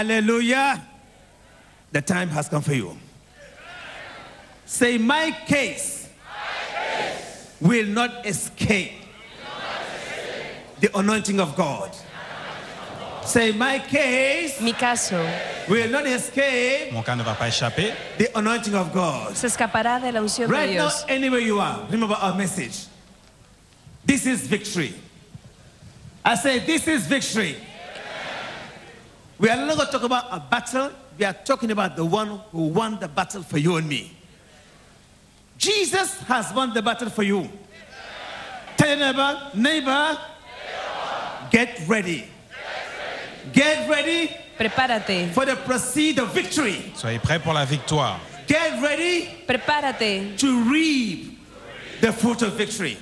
Hallelujah. The time has come for you. Say, my case, will not escape the anointing of God. Say, my case Mi caso will not escape Mon cas ne va pas échapper. the anointing of God. se escapará de la unción de Right now, Dios. anywhere you are, remember our message. This is victory. I say, this is victory. We are not going to talk about a battle. We are talking about the one who won the battle for you and me. Jesus has won the battle for you. Tell your neighbor, neighbor, get ready. Get ready Prepárate, for the proceed of victory. Soyez prêts pour la victoire. Get ready prepárate. to reap the fruit of victory.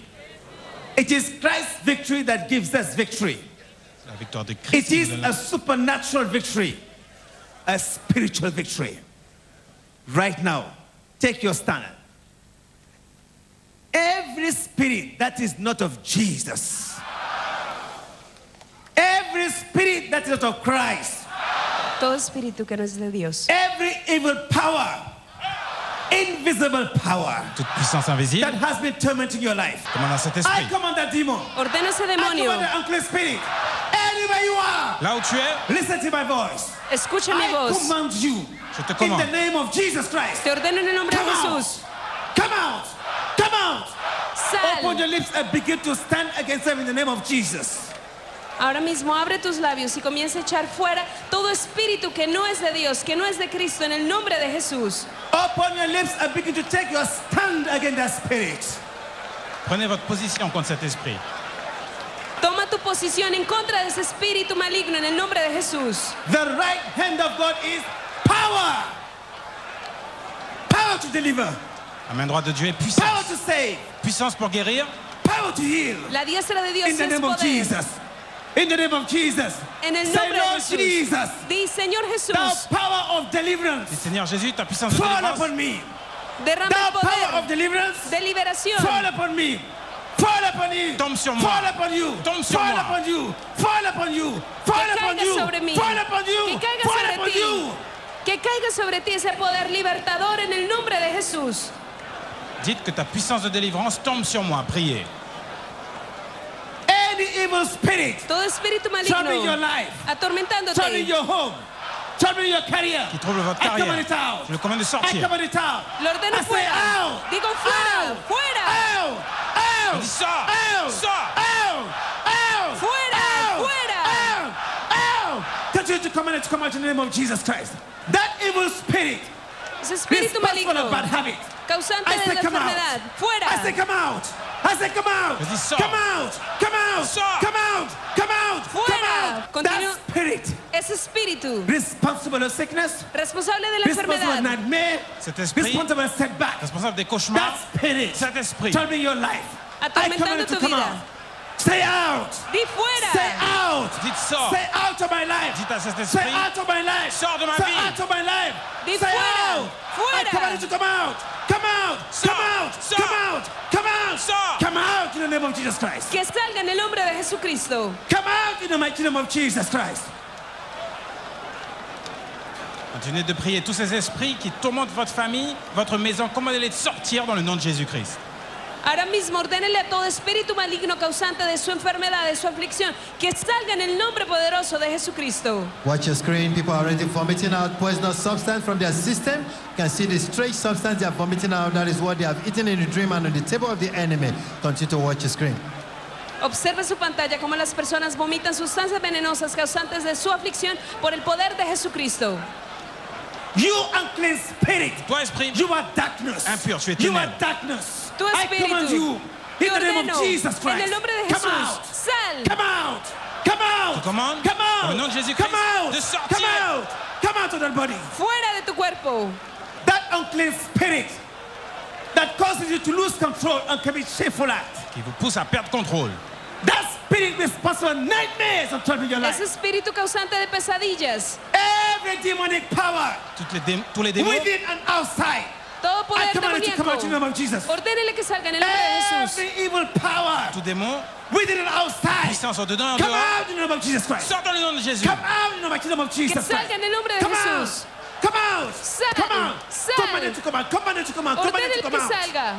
It is Christ's victory that gives us victory. La victoire de Christ. It qui is nous donne a supernatural victory, a spiritual victory. Right now, take your stand. Every spirit that is not of Jesus, every spirit that is not of Christ, Todo espíritu que no es de Dios, every evil power, invisible power toute puissance that invisible. has been tormenting your life, Commande à cet I esprit. command that demon. ordena ese I demonio. command that unclean spirit. Anywhere you are, Là où tu es, listen to my voice. Escucha mi I voz. command you Je te in commande. the name of Jesus Christ. Te ordeno en el nombre de Come out. Jesús. Come out. Come out. Open your Sal. lips and begin to stand against them in the name of Jesus. Ahora mismo abre tus labios y comienza a echar fuera todo espíritu que no es de Dios, que no es de Cristo, en el nombre de Jesús. Open your lips and begin to take your stand against that spirit. prenez votre position contre cet esprit. Toma tu posición en contra de ese espíritu maligno en el nombre de Jesús. The right hand of God is power. Power to deliver, La main droite de Dieu est power puissance. to save, Puissance pour guérir. power to heal. La diestra de Dios In the es name of poder. Jesus. In the name of Jesus. En el Say, nombre de Lord Jesús. Jesus, Di, Señor thou Jesús, power of deliverance, Dis, Seigneur Jésus, ta puissance de fall délivrance. upon me. derrama Thou el power of poder deliverance, de liberación. fall upon me. Fall upon you. Tombe sur moi. Fall upon you. Tombe sur fall moi. upon you. Fall upon you. Fall Que upon caiga you. sobre mí. Fall upon you. Que caiga Fall sobre upon ti. you. Que caiga sobre ti ese poder libertador en el nombre de Jesús. Dites que ta puissance de délivrance tombe sur moi. Priez. Any evil spirit Todo espíritu Trouble your maligno life. troubling atormentándote, your home, troubling your career, Qui trouble votre I command carrière. it out. Je le commande de I sortir. command it out. lo ordeno I say fuera. out. Digo fuera, Out. fuera, Out. Out. On dit sors. Out. Sors. Out. Out. Fuera. Out. Fuera. Out. Out. Continue to command it to come out in the name of Jesus Christ. That evil spirit ese espíritu responsible maligno of bad habit. causante I de say la come enfermedad, out. fuera, I say come out. I say come out. Je dis sors. Come out. Come out. Sors. Come out. Come out. Come Fuera. out. Continue- That spirit ese espíritu responsible of sickness, responsable de la responsible of enfermedad, nightmare, Cet esprit- responsible of setback. Responsable des cauchemars. That spirit Cet esprit. troubling your life. I Atormentando command it to tu come vida. out. Stay out. di fuera, Stay out. Dites sors. Stay out of my life. Dites à cet Stay esprit. out of my life. Sors de ma Stay vie. out of my life. Dis Stay fuera. out. I Fuera. command you to come out. Come out. Sors. Come out. Sors. Come out. Come out. Sors. Come out in the name of Jesus Christ. que salga en el nombre de Jesucristo. Come out in the mighty name of Jesus Christ. Continuez de prier. Tous ces esprits qui tourmentent votre famille, votre maison, commandez-les de sortir dans le nom de Jésus-Christ. Ahora mismo ordénele a todo espíritu maligno causante de su enfermedad, de su aflicción, que salga en el nombre poderoso de Jesucristo. Watch your screen. People are already vomiting out poisonous substance from their system. You can see the strange substance they are vomiting out. That is what they have eaten in the dream and on the table of the enemy. Continue to watch your screen. Observe su pantalla cómo las personas vomitan sustancias venenosas causantes de su aflicción por el poder de Jesucristo. You unclean spirit. Toi, esprit, You are darkness. Impur, tu es you ténèbres. are darkness. Tu I command you espíritu, in te the name of ordeno, Jesus en Christ. el nombre de Come Jesús, out. sal, Come out. Come out. Je commande Come out. au nom de Jésus-Christ Come out. de sortir. Come out. Come out of that body. fuera de tu cuerpo. That unclean spirit that causes you to lose control and commit shameful acts. qui vous pousse à perdre contrôle. That spirit responsible for nightmares and trouble in your Ese life. espíritu causante de pesadillas, Every demonic power Toutes les dé- tous les démons, within and outside todo I poder command it to come out in the name demoníaco. of Jesus. Ordénele que salga en el nombre de Jesús. Every evil power Tout démon, within and outside, puissance en dedans et en come dehors, out in the name of Jesus Christ. sort dans le nom de Jésus. Come out in the mighty name of Jesus salga Christ. en el nombre de Come Jesús. out. Come out. Sal, Come out. sal. Command it to come out. Command it to come out. Command it to Ordénele come que out. salga.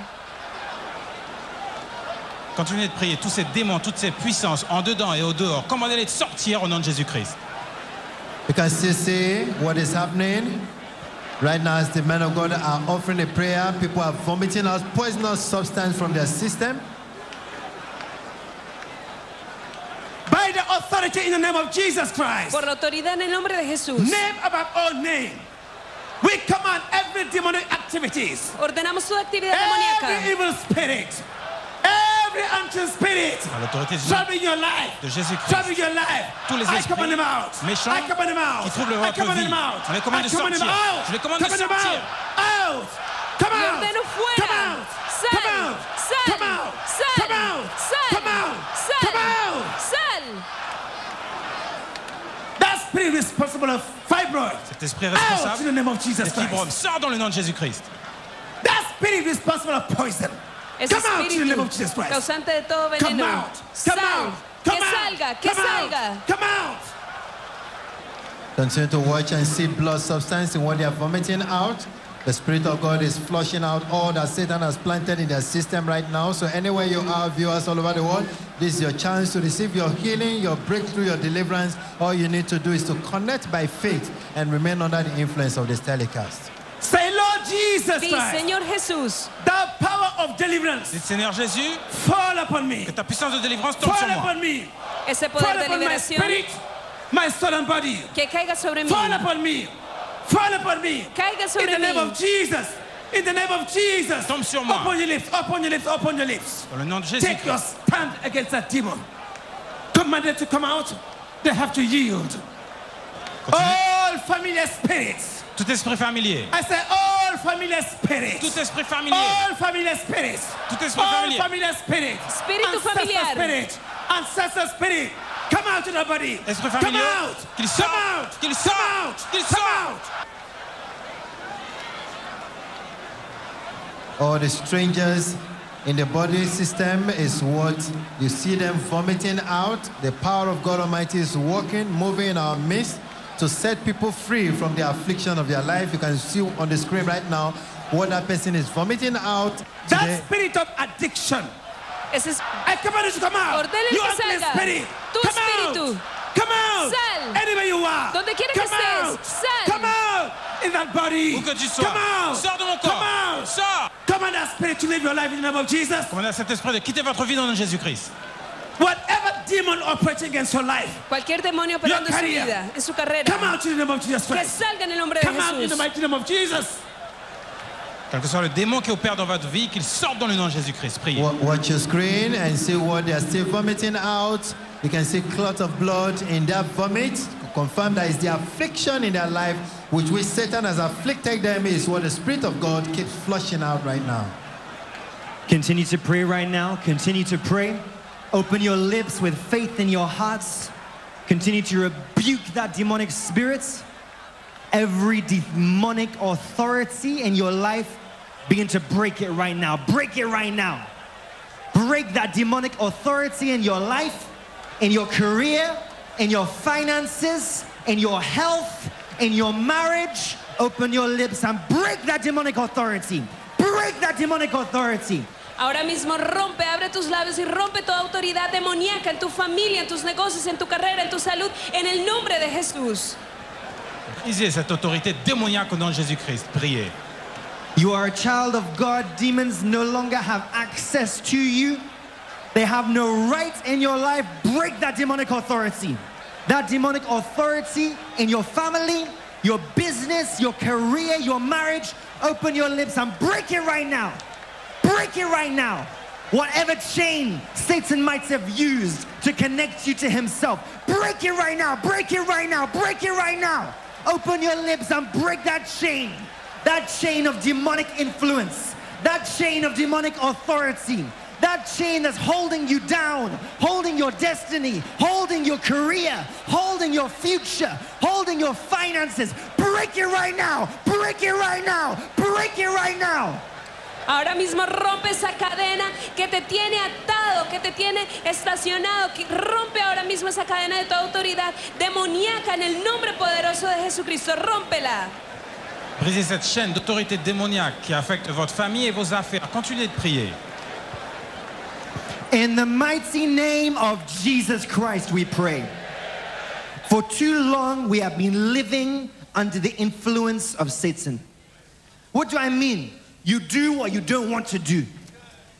Continuez de prier tous ces démons, toutes ces puissances en dedans et au dehors. Commandez-les de sortir au nom de Jésus-Christ. You can still see what is happening. Right now, as the men of God are offering a prayer, people are vomiting out poisonous substance from their system. By the authority in the name of Jesus Christ. Por la autoridad en el nombre de Jesús. Name above all name. We command every demonic activities. Ordenamos toda actividad Every demoníaca. evil spirit. Every anti spirit. À l'autorité du nom Trouble in your life. de Jésus-Christ. Trouble in your life. Tous les I esprits command them out. méchants I command them out. qui troublent I votre command vie. them out. Je les commande I de command them sortir. out. Je les commande de Command them sortir. Out. Out. Come Le out. ordeno fuera. Come out. Sal. Come out. Sal. Come out. Sal. Come out. Sal. Come out. Sal. Come out. Sal. That spirit responsible of fibroid. Cet esprit Out in the responsable, name of Jesus cet fibrome, Christ. sort dans le nom de Jésus-Christ. That spirit responsible of poison. Ese Come out in the name espíritu of Jesus Christ. causante de todo Come veneno. out. Come Sal. out. Que Come out. salga. Que Come out. salga. Come out. Continue to watch and see blood substance in what they are vomiting out. The Spirit of God is flushing out all that Satan has planted in their system right now. So, anywhere you are, viewers all over the world, this is your chance to receive your healing, your breakthrough, your deliverance. All you need to do is to connect by faith and remain under the influence of this telecast. Say, Lord Jesus Sí, Christ, Señor Jesús. the power of deliverance Dites, Seigneur Jésus, fall upon me. que ta puissance de délivrance tombe sur Fall moi. upon me. Ese Fall poder de upon my liberación spirit, my soul and body. que caiga sobre mí. Fall upon me. Fall upon me. Caiga In sobre the name mí. of Jesus. In the name of Jesus. Tombe sur moi. Open your lips. Open your lips. Open your lips. Dans le nom de Take your Jésus-Christ. stand against that demon. Command them to come out. They have to yield. Continuez. All familiar spirits. Tout esprit familier, I say all familiar spirits. tout esprit familier, All familiar spirits. Tout esprit All familier. familiar spirits. Espíritu Ancestor familiar. spirit. Ancestor spirit. Come out to the body. esprit Come familier, out. qu'il sorte, Come out. qu'il Come out. sorte, qu'il Come sorte. out. All the strangers in the body system is what you see them vomiting out. The power of God Almighty is working, moving in our midst to set people free from the affliction of their life. You can see on the screen right now what that person is vomiting out. That Today, spirit of addiction. Ese es- I command you to come out. Ordénale you que unclean salga. spirit. Tu come espíritu. out. Come out. Sal. Anywhere you are. Donde quiera que come estés, out. sal. Come out. In that body. où que tu sois, come out. sors de mon corps, Come out. sors. Command that spirit to live your life in the name of Jesus. Commandez à cet esprit de quitter votre vie dans le nom de Jésus-Christ. Whatever demon operating against your life, cualquier demonio operando en su career. vida, en su come carrera, out in the name of Jesus que Christ. salga en el nombre de Come out in the Jesús. mighty name of Jesus. Quel que soit le démon qui opère dans votre vie, qu'il sorte dans le nom de Jésus-Christ. Priez. wa- watch your screen and see what they are still vomiting out. You can see clot of blood in their vomit. Confirm that is the affliction in their life, which which Satan has afflicted them, is what the Spirit of God keeps flushing out right now. Continue to pray right now. Continue to pray. Open your lips with faith in your hearts. Continue to rebuke that demonic spirit. Every demonic authority in your life, begin to break it right now. Break it right now. Break that demonic authority in your life, in your career, in your finances, in your health, in your marriage. Open your lips and break that demonic authority. Break that demonic authority. Ahora mismo rompe, abre tus labios y rompe toda autoridad demoníaca en tu familia, en tus negocios, en tu carrera, en tu salud, en el nombre de Jesús. Brisez cette autorité démoniaque au nom de Jésus-Christ. Priez. You are a child of God. Demons no longer have access to you. They have no right in your life. Break that demonic authority. That demonic authority in your family, your business, your career, your marriage. Open your lips and break it right now. Break it right now. Whatever chain Satan might have used to connect you to himself, break it right now. Break it right now. Break it right now. Open your lips and break that chain. That chain of demonic influence. That chain of demonic authority. That chain that's holding you down, holding your destiny, holding your career, holding your future, holding your finances. Break Break it right now. Break it right now. Break it right now. Ahora mismo rompe esa cadena que te tiene atado, que te tiene estacionado, que rompe ahora mismo esa cadena de toda autoridad demoníaca en el nombre poderoso de Jesucristo. Rómpela. Brisez cette chaîne d'autorité démoniaque qui affecte votre famille et vos affaires. Continuez de prier. In the mighty name of Jesus Christ, we pray. For too long, we have been living under the influence of Satan. What do I mean? You do what you don't want to do.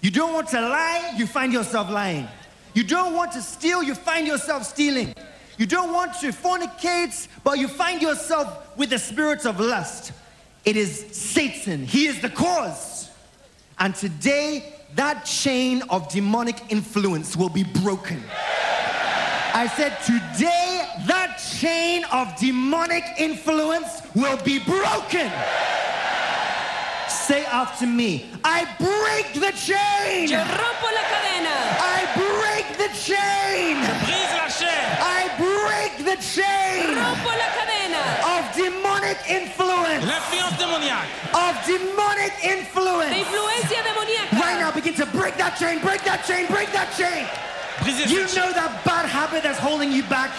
You don't want to lie, you find yourself lying. You don't want to steal, you find yourself stealing. You don't want to fornicate, but you find yourself with the spirit of lust. It is Satan, he is the cause. And today, that chain of demonic influence will be broken. I said, today, that chain of demonic influence will be broken. Say after me, I break the Yo chain. rompo la cadena. I break the chain. Brise la chaîne I break the chain Rompo la cadena of demonic influence, L'influence démoniaque of demonic de influence. influencia demoníaca. Right now, begin to break that chain, break that chain, break that chain. Brisez You cette chaîne know that bad habit that's holding you back.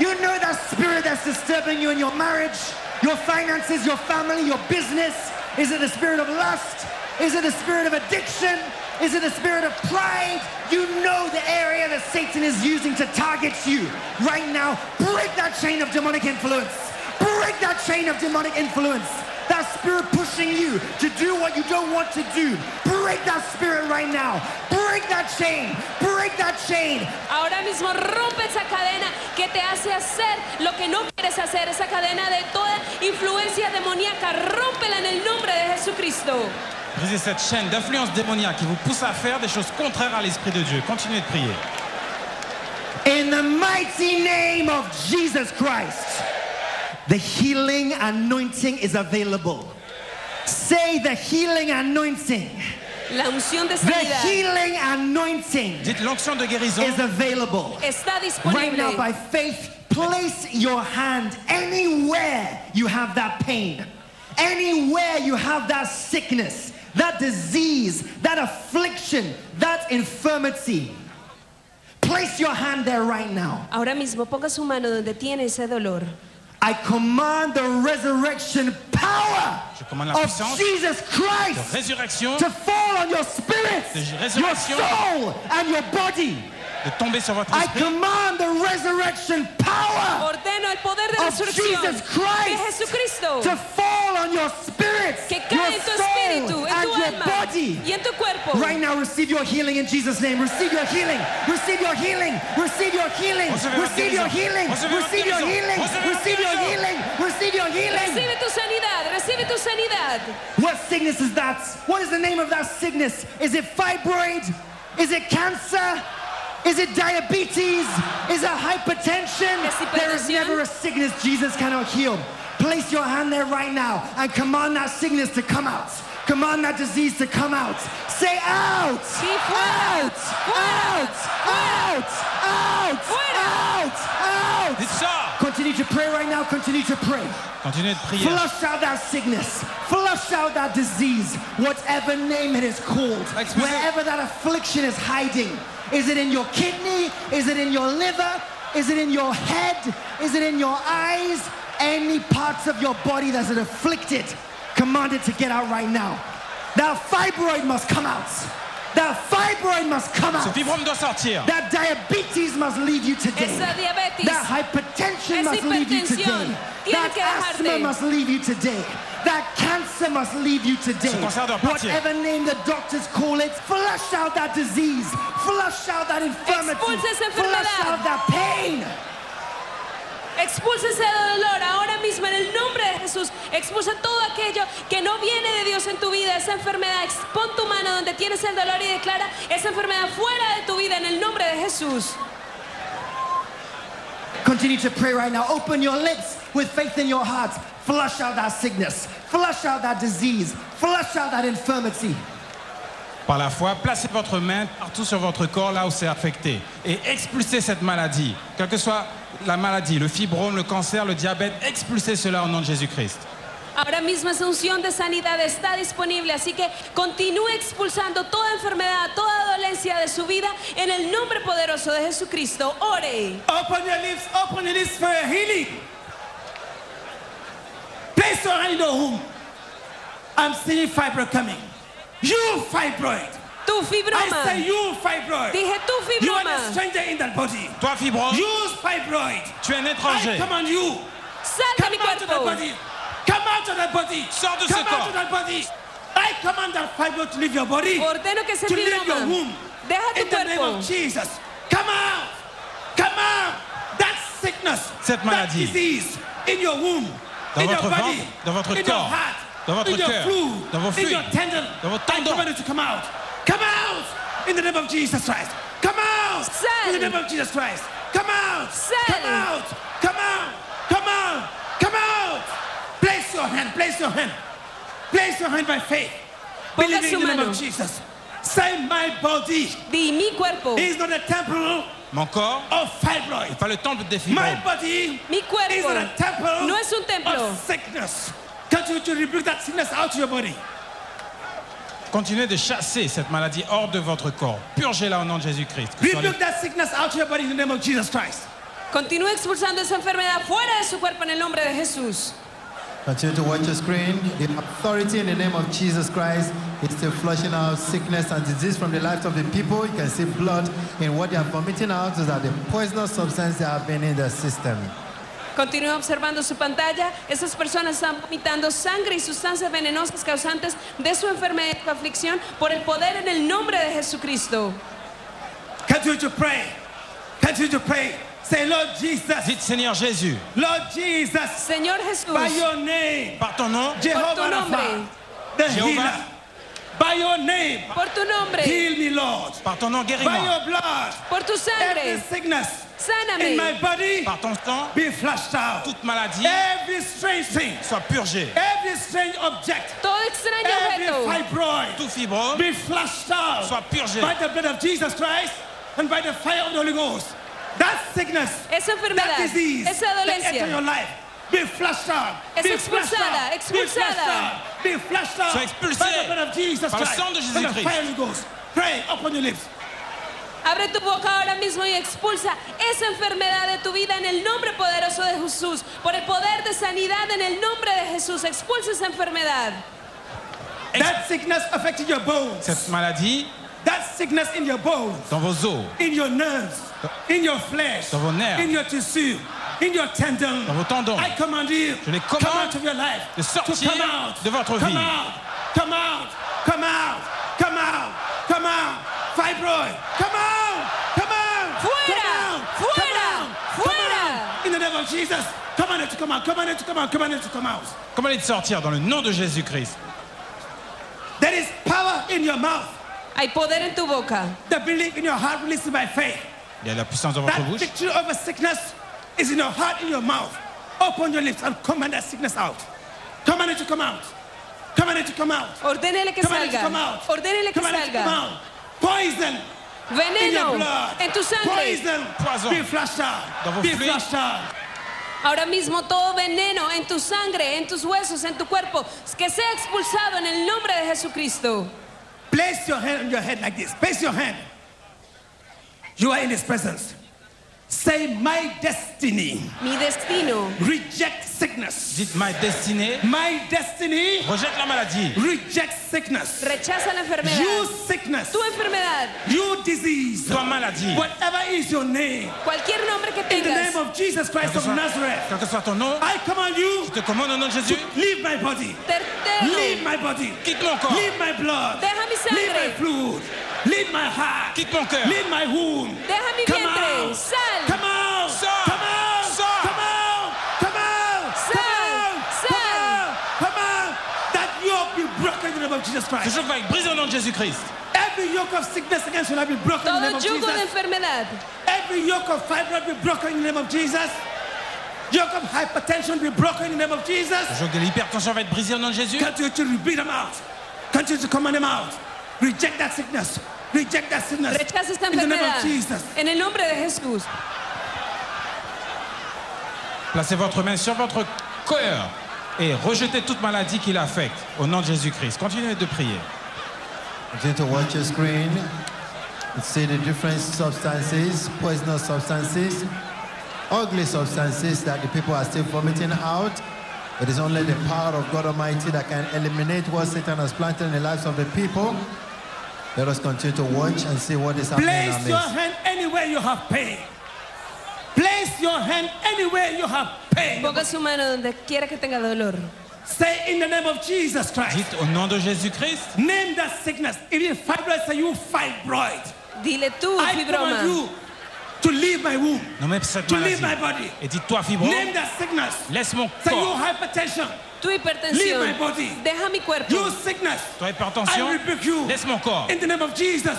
You know that spirit that's disturbing you in your marriage, your finances, your family, your business. Is it the spirit of lust? Is it the spirit of addiction? Is it the spirit of pride? You know the area that Satan is using to target you. Right now, break that chain of demonic influence. Break that chain of demonic influence. That spirit pushing you to do what you don't want to do. Break that spirit right now. Break that chain. Break that chain. Ahora mismo rompe esa cadena que te hace hacer lo que no quieres hacer, esa cadena de toda influencia demoníaca. Rómpela en el nombre de Jesucristo. Brisez cette chaîne d'influence démoniaque qui vous pousse à faire des choses contraires à l'Esprit de Dieu. Continuez de prier. In the mighty name of Jesus Christ, the healing anointing is available. Say the healing anointing. La unción de The sanidad healing anointing Dites l'onction de guérison. is available. está Right disponible. now, by faith, place your hand anywhere you have that pain, anywhere you have that sickness, that disease, that affliction, that infirmity. Place your hand there right now. Ahora mismo ponga su mano donde tiene ese dolor. I command the resurrection power Je commande la of puissance Jesus de Christ résurrection, to fall on your spirit, De your résurrection. soul, and your body. de tomber sur votre I esprit. command the resurrection power Ordeno el poder de Of resurrección Jesus Christ. de Jesucristo to fall on your spirit, que your cae en tu soul, espíritu, en and tu your alma body. y en tu cuerpo. Right now, receive your healing in Jesus' name. Receive your healing. Receive your healing. Receive your healing. Recevez votre Receive your guérison. healing. Recevez votre Receive your guérison. healing. Recevez votre Receive your guérison. healing. Receive your healing. Recibe tu sanidad, recibe tu sanidad. What sickness is that? What is the name of that sickness? Is it fibroid? Is it cancer? Is it diabetes? Is it hypertension? Hipertensión. There is never a sickness Jesus cannot heal. Place your hand there right now and command that sickness to come out. Command that disease to come out. Say out! Sí, fuera. out! Fuera. Out! Out! Out! Fuera. Out! Out! Dites ça Continue to pray right now. Continue to pray. Continuez de prier. Flush out that sickness. Flush out that disease, whatever name it is called. Excuse me. Wherever that affliction is hiding. Is it in your kidney? Is it in your liver? Is it in your head? Is it in your eyes? Any parts of your body that's afflicted, command it to get out right now. That fibroid must come out. That fibroid must come Ce out. fibrome doit sortir. That diabetes must leave you today. Esa diabetes. That hypertension Esa must leave you hipertensión. today. Tiene That que dejarte. asthma must leave you today. That cancer must leave you today. Ce cancer doit partir. Whatever name the doctors call it, flush out that disease. Flush out that infirmity. Expulsa esa Flush enfermedad. out that pain. Expulsa ese dolor ahora mismo en el nombre de Jesús. Expulsa todo aquello que no viene de Dios en tu vida, esa enfermedad. Expon tu mano donde tienes el dolor y declara esa enfermedad fuera de tu vida en el nombre de Jesús. Continue to pray right now. Open your lips with faith in your heart. Flush out that sickness. Flush out that disease. Flush out that infirmity. Par la foi, placez votre main partout sur votre corps, là où c'est affecté, et expulsez cette maladie, quel que soit la maladie, le fibrome, le cancer, le diabète, expulsez cela au nom de Jésus-Christ. Ahora mismo esa unción de sanidad está disponible, así que continúe expulsando toda enfermedad, toda dolencia de su vida en el nombre poderoso de Jesucristo. Ore. Open your lips, open your lips for your healing. Place your hand in the womb. I'm seeing fibroid coming. You fibroid. Tu I fibroma. say you fibroid. Dije tu You are a fibroma. stranger in that body. Toi, fibrome, Use fibroid. tu es un I étranger. command you. Sal de Come mi out of that cuerpo. body. Come out of that body. Sors de ce Come out corps. of that body. I command that fibroid to leave your body. Ordeno que ese to leave your womb. fibroma. Deja In tu the name cuerpo. of Jesus. Come out. Come out. That sickness. Cette maladie. That disease in your womb. Dans in votre your body. ventre, dans votre in corps, your heart. dans votre in your cœur, fluid, dans vos In fluides, your tendon. dans vos I tendons. command it to come out. Come out. In the name of Jesus Christ. Come out. Sale. In the name of Jesus Christ. Come out. Sale. Come out. Come out. Come out. Come out. Place your hand. Place your hand. Place your hand by faith. Ponga Believing su in the name mano. of Jesus. Say my body Di mi cuerpo. is not a temple Mon corps of fibroid. n'est pas le temple des fibromes. My body Mi cuerpo is not a temple no es un templo. of sickness. Continue to rebuke that sickness out of your body. Continuez de chasser cette maladie hors de votre corps. Purgez-la au nom de Jésus-Christ. Que ce soit les- Rebuke that sickness out of your body in the name of Jesus Christ. Continúe expulsando esa enfermedad fuera de su cuerpo en el nombre de Jesús. Continue to watch your screen. The authority in the name of Jesus Christ is still flushing out sickness and disease from the lives of the people. You can see blood in what they are vomiting out is that the poisonous substance that have been in their system. Continúe observando su pantalla. Esas personas están vomitando sangre y sustancias venenosas causantes de su enfermedad y aflicción por el poder en el nombre de Jesucristo. Continue to pray. Continue to pray. Say, Lord Jesus, Dites Seigneur Jésus, Lord Jesus, Señor Jesús, by your name, par ton nom, Jehovah tu nombre. Rapha, the Jehovah. healer. By your name, por tu nombre, heal me, Lord. par ton nom, By guéris-moi. your blood, por tu every sangre, sickness in sáname. my body Par ton sang, be flushed out. toute maladie Every strange thing, soit purgée. every strange object, Todo extraño every objeto fibroid Tout fibrome be flushed out soit purgé. by the blood of Jesus Christ and by the fire of the Holy Ghost. That sickness, Esa enfermedad, that disease, esa that dolencia. enter your life, be flushed out. Es be flushed expulsada, out. Be flushed expulsada. out. Be flushed out. Sois expulsée by the blood of Jesus par le Christ sang de and the Jésus-Christ. fire of the Holy Ghost. Pray, open your lips. Abre tu boca ahora mismo y expulsa esa enfermedad de tu vida en el nombre poderoso de Jesús. Por el poder de sanidad en el nombre de Jesús, expulsa esa enfermedad. That sickness affecting your bones. Cette maladie That sickness in your bones, dans vos os, in your nerves, in your flesh, Dans vos nerfs. in your tissue, in your tendon. Dans vos tendons. I command you, Je les commande come out of your life, de sortir to come out, de votre come vie. out, come out, come out, come out, come out, fibroid, come out, come out, Fuera, come out, fuera, come out, come fuera. out. In the name of Jesus, command it to come out, command it to come out, command it to come out. comment les sortir dans le nom de Jésus-Christ There is power in your mouth. Hay poder en tu boca. The belief in your heart released by faith. Il y a de la puissance dans votre That bouche. victory over sickness is in your heart, in your mouth. Open your lips and command that sickness out. Command it to come out. Command it to come out. Ordénele que Command it to come salga. out. Ordénele que Command it to come out. salga. Poison in your Veneno blood. en tu sangre. Poison. Poison. Be flushed Dans out. vos Be fluides. flushed out. Ahora mismo todo veneno en tu sangre, en tus huesos, en tu cuerpo, que sea expulsado en el nombre de Jesucristo. Place your hand on your head like this. Place your hand. You are in His presence. Say, My destiny. Mi destino Reject sickness. Dites ma destinée, My destiny. rejette la maladie. Reject sickness. rechaza la You enfermedad. sickness. Tu enfermedad, You disease. Toi maladie, Whatever is your name, cualquier nombre que in the tengas, name of Jesus quel Christ que, of soit, Nazareth, quel que soit ton nom, I command you je te commande au nom de Jésus, leave my body, leave tercero, my body, quitte mon corps, leave my blood, Deja mi sangre. leave my fluid, leave my heart, quitte mon cœur, leave my womb. deja mi Come vientre, out, sal, come out, Sors. come out, Sors. come out, come out, Sors. come out, Sors. come out, come out. That yoke be broken in the name of Jesus ce Christ. jour va être brisé au nom de Jésus-Christ. Every yoke of sickness against you, I be broken in the name todo of yugo de Jesus. enfermedad, Every yoke of fibroid be broken in the name of Jesus. Yoke of hypertension be broken in the name of Le Jesus. jour de l'hypertension va être brisé au nom de Jésus. Continue to rebuke them out. Continue to command them out. Reject that sickness. Reject that sickness. rechaza esta in the name enfermedad of Jesus. en el nombre de Jesús. Placez votre main sur votre cœur et rejetez toute maladie qui l'affecte au nom de Jésus-Christ. Continuez de prier. Continue to watch your screen. You see the different substances, poisonous substances, ugly substances that the people are still vomiting out. It is only the power of God Almighty that can eliminate what Satan has planted in the lives of the people. Let us continue to watch and see what is happening. in our Place your midst. hand anywhere you have pain. Place your hand anywhere you have pain. Ponga su mano donde quiera que tenga dolor. Say in the name of Jesus Christ. Dites au nom de Jésus-Christ, Name that sickness. If you fibroid, say you fibroid. Dile tú, I fibroma. command you to leave my womb. nommez cette To leave maladie. my body. Et dites-toi, fibro, Name that sickness. laisse mon Say you corps. hypertension. Tu Leave hipertensión. my body. Deja mi cuerpo. You sickness. Toi, hypertension, I rebuke you. laisse mon corps. In the name of Jesus.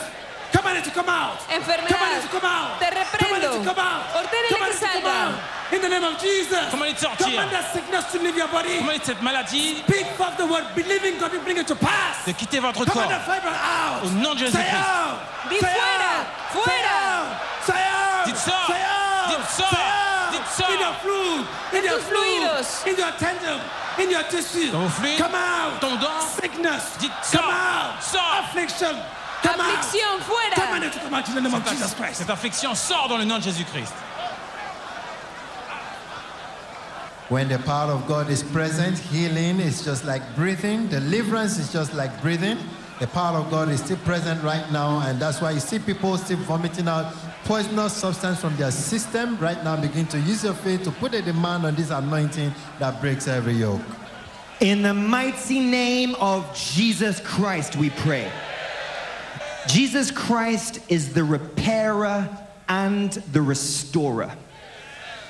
Command it to come out. Command Enfermedad. it to come out. Te Command it to reprendo. come out. Ordénale Command que it to come salga. out. In the name of Jesus. Command it to sortir. Command that sickness to leave your body. Commandez cette maladie Speak of the word, believing God will bring it to pass. de quitter votre Command corps. the fiber out. Au nom de Say Jésus-Christ. out. Dis Say fuera, out. fuera. Say out. Dites ça. Say out. Dites ça. Say out. Dites ça. In your fluid, in your tus fluid, fluidos. in your tendon, in your tissue. Dans vos fluides, Come out. tendons. Sickness. Dites ça. Come out. Sors. Affliction. Come out. Command Aflicción, fuera. it to come out in the name of Jesus Christ. Cette affliction sort dans le nom de Jésus-Christ. When the power of God is present, healing is just like breathing, deliverance is just like breathing. The power of God is still present right now, and that's why you see people still vomiting out poisonous substance from their system. Right now, begin to use your faith to put a demand on this anointing that breaks every yoke. In the mighty name of Jesus Christ, we pray. Jesus Christ is the repairer and the restorer.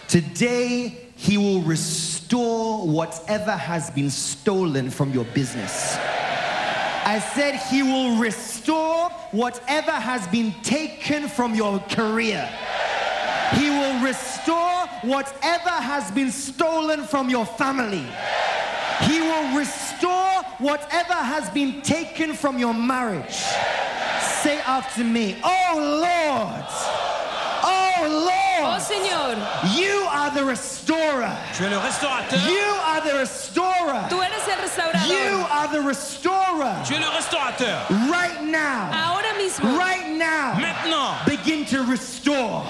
Today, he will restore whatever has been stolen from your business. I said he will restore whatever has been taken from your career. He will restore whatever has been stolen from your family. He will restore whatever has been taken from your marriage. Say after me, Oh Lord, Oh oh Señor, Lord, you are the restorer. Tu es le restaurateur. You are the restorer. tú eres el You restaurador. are the restorer. Tu es le restaurateur. Right now, Ahora mismo, right now, Maintenant, begin to restore.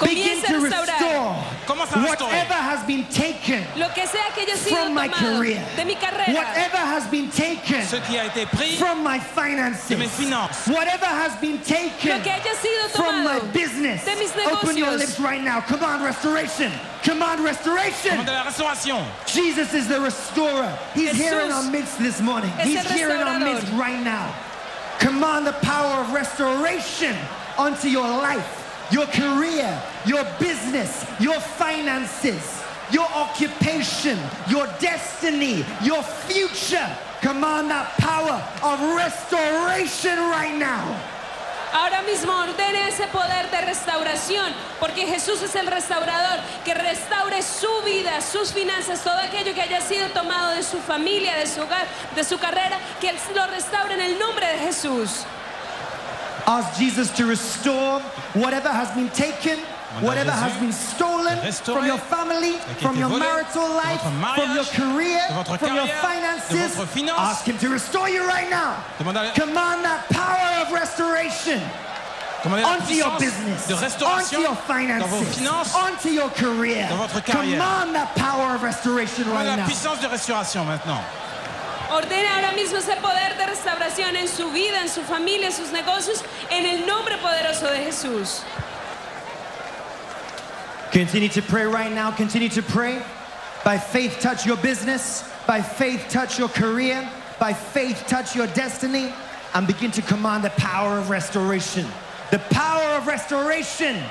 Begin Comienza a to restore restaurar. Commence à restaurer. whatever has been taken lo que sea que haya sido from my tomado career, de mi carrera, whatever has been taken ce qui a été pris from my de mes finances, finances, whatever has been taken lo que haya sido from my tomado business. de mis Open your negocios. lips right now. Command restoration. Command restoration. demande à la restauration. Jesus is the restorer. He's here in Jesús our midst this morning. es He's el here in our restaurador. midst right now. Command the power of restoration onto your life, your career, your business, your finances, your occupation, your destiny, your future. Command that power of restoration right now. Ahora mismo ordene ese poder de restauración, porque Jesús es el restaurador que restaure su vida, sus finanzas, todo aquello que haya sido tomado de su familia, de su hogar, de su carrera, que Él lo restaure en el nombre de Jesús. Ask Jesus to restore whatever has been taken, Demande à whatever Jésus has been stolen de restaurer from your family, ce qui a from été your volé marital de life, votre mariage, from your career, de votre from carrière, your de finances. votre finance. Ask Him to restore you right now. Demande à- Command that power of restoration Commandez la onto your puissance business, de onto restauration your dans vos finances, finances. onto your career. dans votre carrière. Command that power of restoration Commandez right la now. puissance de restauration maintenant. Ordene ahora mismo ese poder de restauración en su vida, en su familia, en sus negocios, en el nombre poderoso de Jesús. Continue to pray right now. Continue to pray. By faith, touch your business. By faith, touch your career. By faith, touch your destiny. And begin to command the power of restoration. The power of restoration.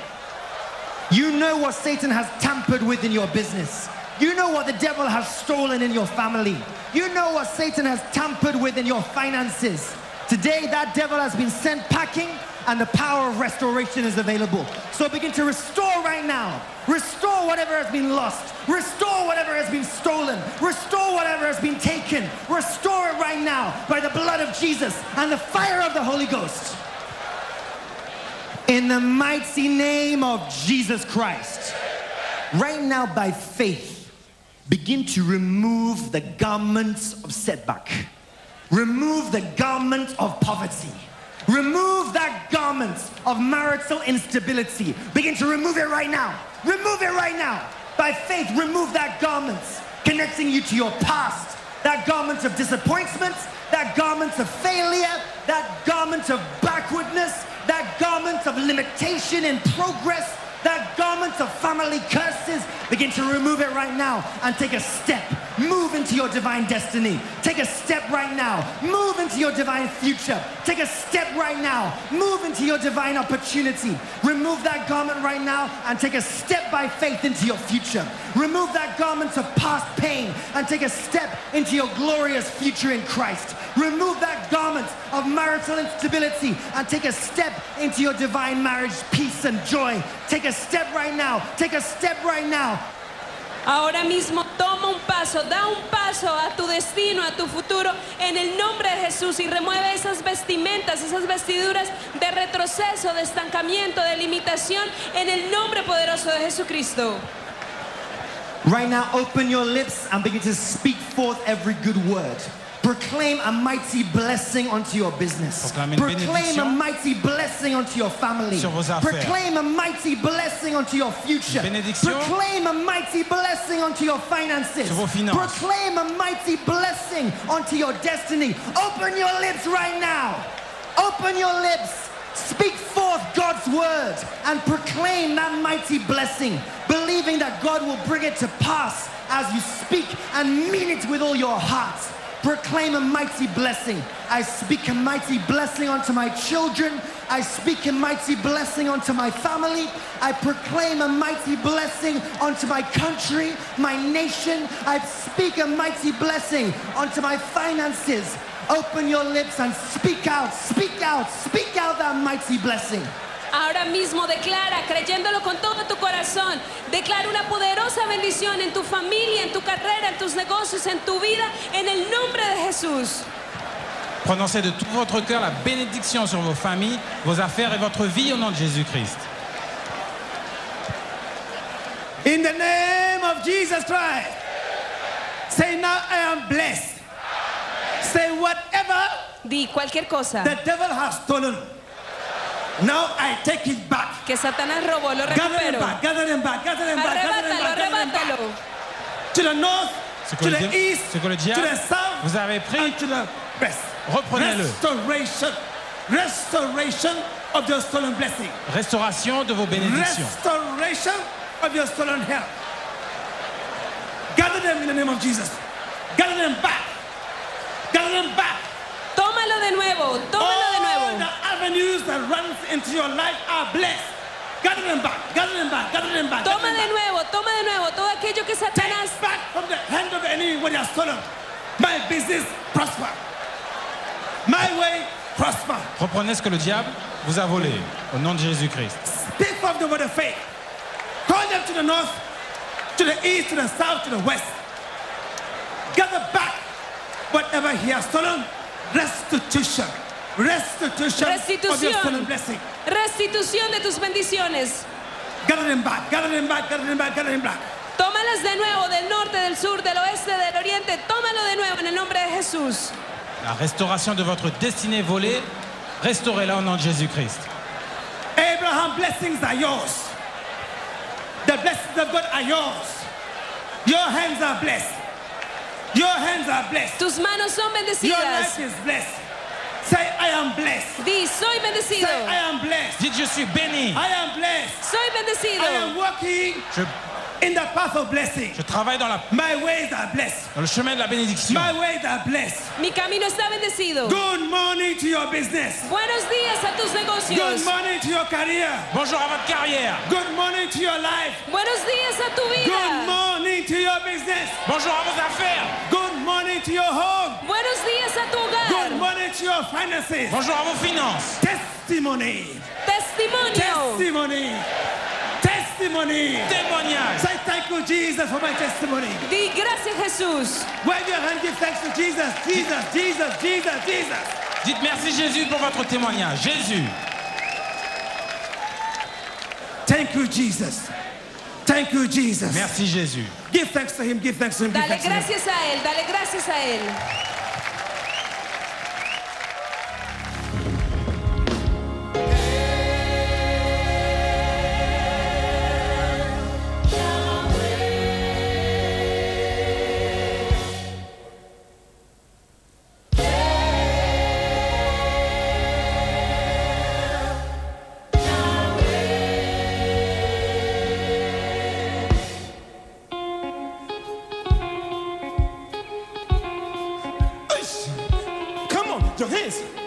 You know what Satan has tampered with in your business. You know what the devil has stolen in your family. You know what Satan has tampered with in your finances. Today, that devil has been sent packing, and the power of restoration is available. So begin to restore right now. Restore whatever has been lost. Restore whatever has been stolen. Restore whatever has been taken. Restore it right now by the blood of Jesus and the fire of the Holy Ghost. In the mighty name of Jesus Christ. Right now, by faith, begin to remove the garments of setback. Remove the garment of poverty. Remove that garment of marital instability. Begin to remove it right now. Remove it right now. By faith, remove that garment connecting you to your past. That garment of disappointment, that garment of failure, that garment of backwardness, that garment of limitation and progress, that garment of family curses, begin to remove it right now and take a step. Move into your divine destiny. Take a step right now. Move into your divine future. Take a step right now. Move into your divine opportunity. Remove that garment right now and take a step by faith into your future. Remove that garment of past pain and take a step into your glorious future in Christ. Remove that garment of marital instability and take a step into your divine marriage peace and joy. Take a step right now. Take a step right now. Ahora mismo toma un paso, da un paso a tu destino, a tu futuro, en el nombre de Jesús y remueve esas vestimentas, esas vestiduras de retroceso, de estancamiento, de limitación, en el nombre poderoso de Jesucristo. Right now, open your lips and begin to speak forth every good word. Proclaim a mighty blessing onto your business. Proclame une Proclaim a bénédiction. mighty blessing onto your family. Sur vos affaires. Proclaim a mighty blessing onto your future. Une bénédiction. Proclaim a mighty blessing onto your finances. Sur vos finances. Proclaim a mighty blessing onto your destiny. Open your lips right now. Open your lips. Speak forth God's word and proclaim that mighty blessing, believing that God will bring it to pass as you speak and mean it with all your heart. Proclaim a mighty blessing. I speak a mighty blessing onto my children. I speak a mighty blessing onto my family. I proclaim a mighty blessing onto my country, my nation. I speak a mighty blessing onto my finances. Open your lips and speak out, speak out, speak out that mighty blessing. Ahora mismo declara, creyéndolo con todo tu corazón, declara una poderosa bendición en tu familia, en tu carrera, en tus negocios, en tu vida, en el nombre de Jesús. Prononcez de tout votre cœur la bénédiction sur vos familles, vos affaires et votre vie au nom de Jésus-Christ. In the name of Jesus Christ. Say, now I am blessed. Say, whatever Di cualquier cosa the devil has stolen, now I take it back. que Satanás robó, lo Gather them recupero. back, gather them back, gather them back, gather them Arrebátalo, back, gather them back. arrebátalo. To the north, Ce que to le the diable- east, ce que le to diable the south, vous avez pris. and to the west. Reprenez-le. Restoration. Restoration of your stolen blessing. Restauration de vos bénédictions. Restoration of your stolen health. Gather them in the name of Jesus. Gather them back. Gather them back. Tómalo de nuevo, tómalo de All nuevo. the avenues that runs into your life are blessed. Gather them back. Gather them back. Gather them back. Toma gather de them back. nuevo, toma de nuevo todo aquello que Satanás Take back from the hand of the enemy what you have stolen. My business prosper. My way prosper. Reprenez ce que le diable vous a volé au nom de Jésus-Christ. Speak forth the word of faith. Call them to the north, to the east, to the south, to the west. Gather back whatever he has stolen. Restitution. Restitution of your stolen Restitución. blessing. Restitución de tus bendiciones. Gather them back, gather them back, gather them back, gather them back. Tómalas de nuevo del norte, del sur, del oeste, del oriente. Tómalo de nuevo en el nombre de Jesús. La restauration de votre destinée volée, restaurez-la au nom de Jésus-Christ. Abraham blessings are yours. The blessings of God are yours. Your hands are blessed. Your hands are blessed. Tus manos son Your bendecidas. life is blessed. Say, I am blessed. Di, soy Say, bendecido. I am blessed. Dites je suis béni. Ah. I am blessed. Soy I am bendecido. walking Je, in the path of blessing. je travaille dans, la- My ways are blessed. dans le chemin de la bénédiction. My ways are blessed. Mi camino está bendecido. Good morning to your business. Buenos días a tus negocios. Good morning to your career. Bonjour à votre carrière. Good morning to your life. Buenos días a tu Good vida. morning to your business. Bonjour à vos affaires. Good morning to your home. Buenos días a tu Good hogar. morning to your finances. Bonjour à vos finances. Testimony. Testimonio. Testimony. Testimony. Témoignage. Say thank you, Jesus, for my testimony. Di, gracias Jesús. Wave your hand, give thanks to Jesus, Jesus, Jesus, Jesus, Jesus. Dites merci Jésus pour votre témoignage. Jésus. Thank you, Jesus. Thank you, Jesus. Merci Jésus. Give thanks to Him. Give thanks to Him. Give Dale thanks to him. gracias a Él, dale gracias a Él. Come on, your hands.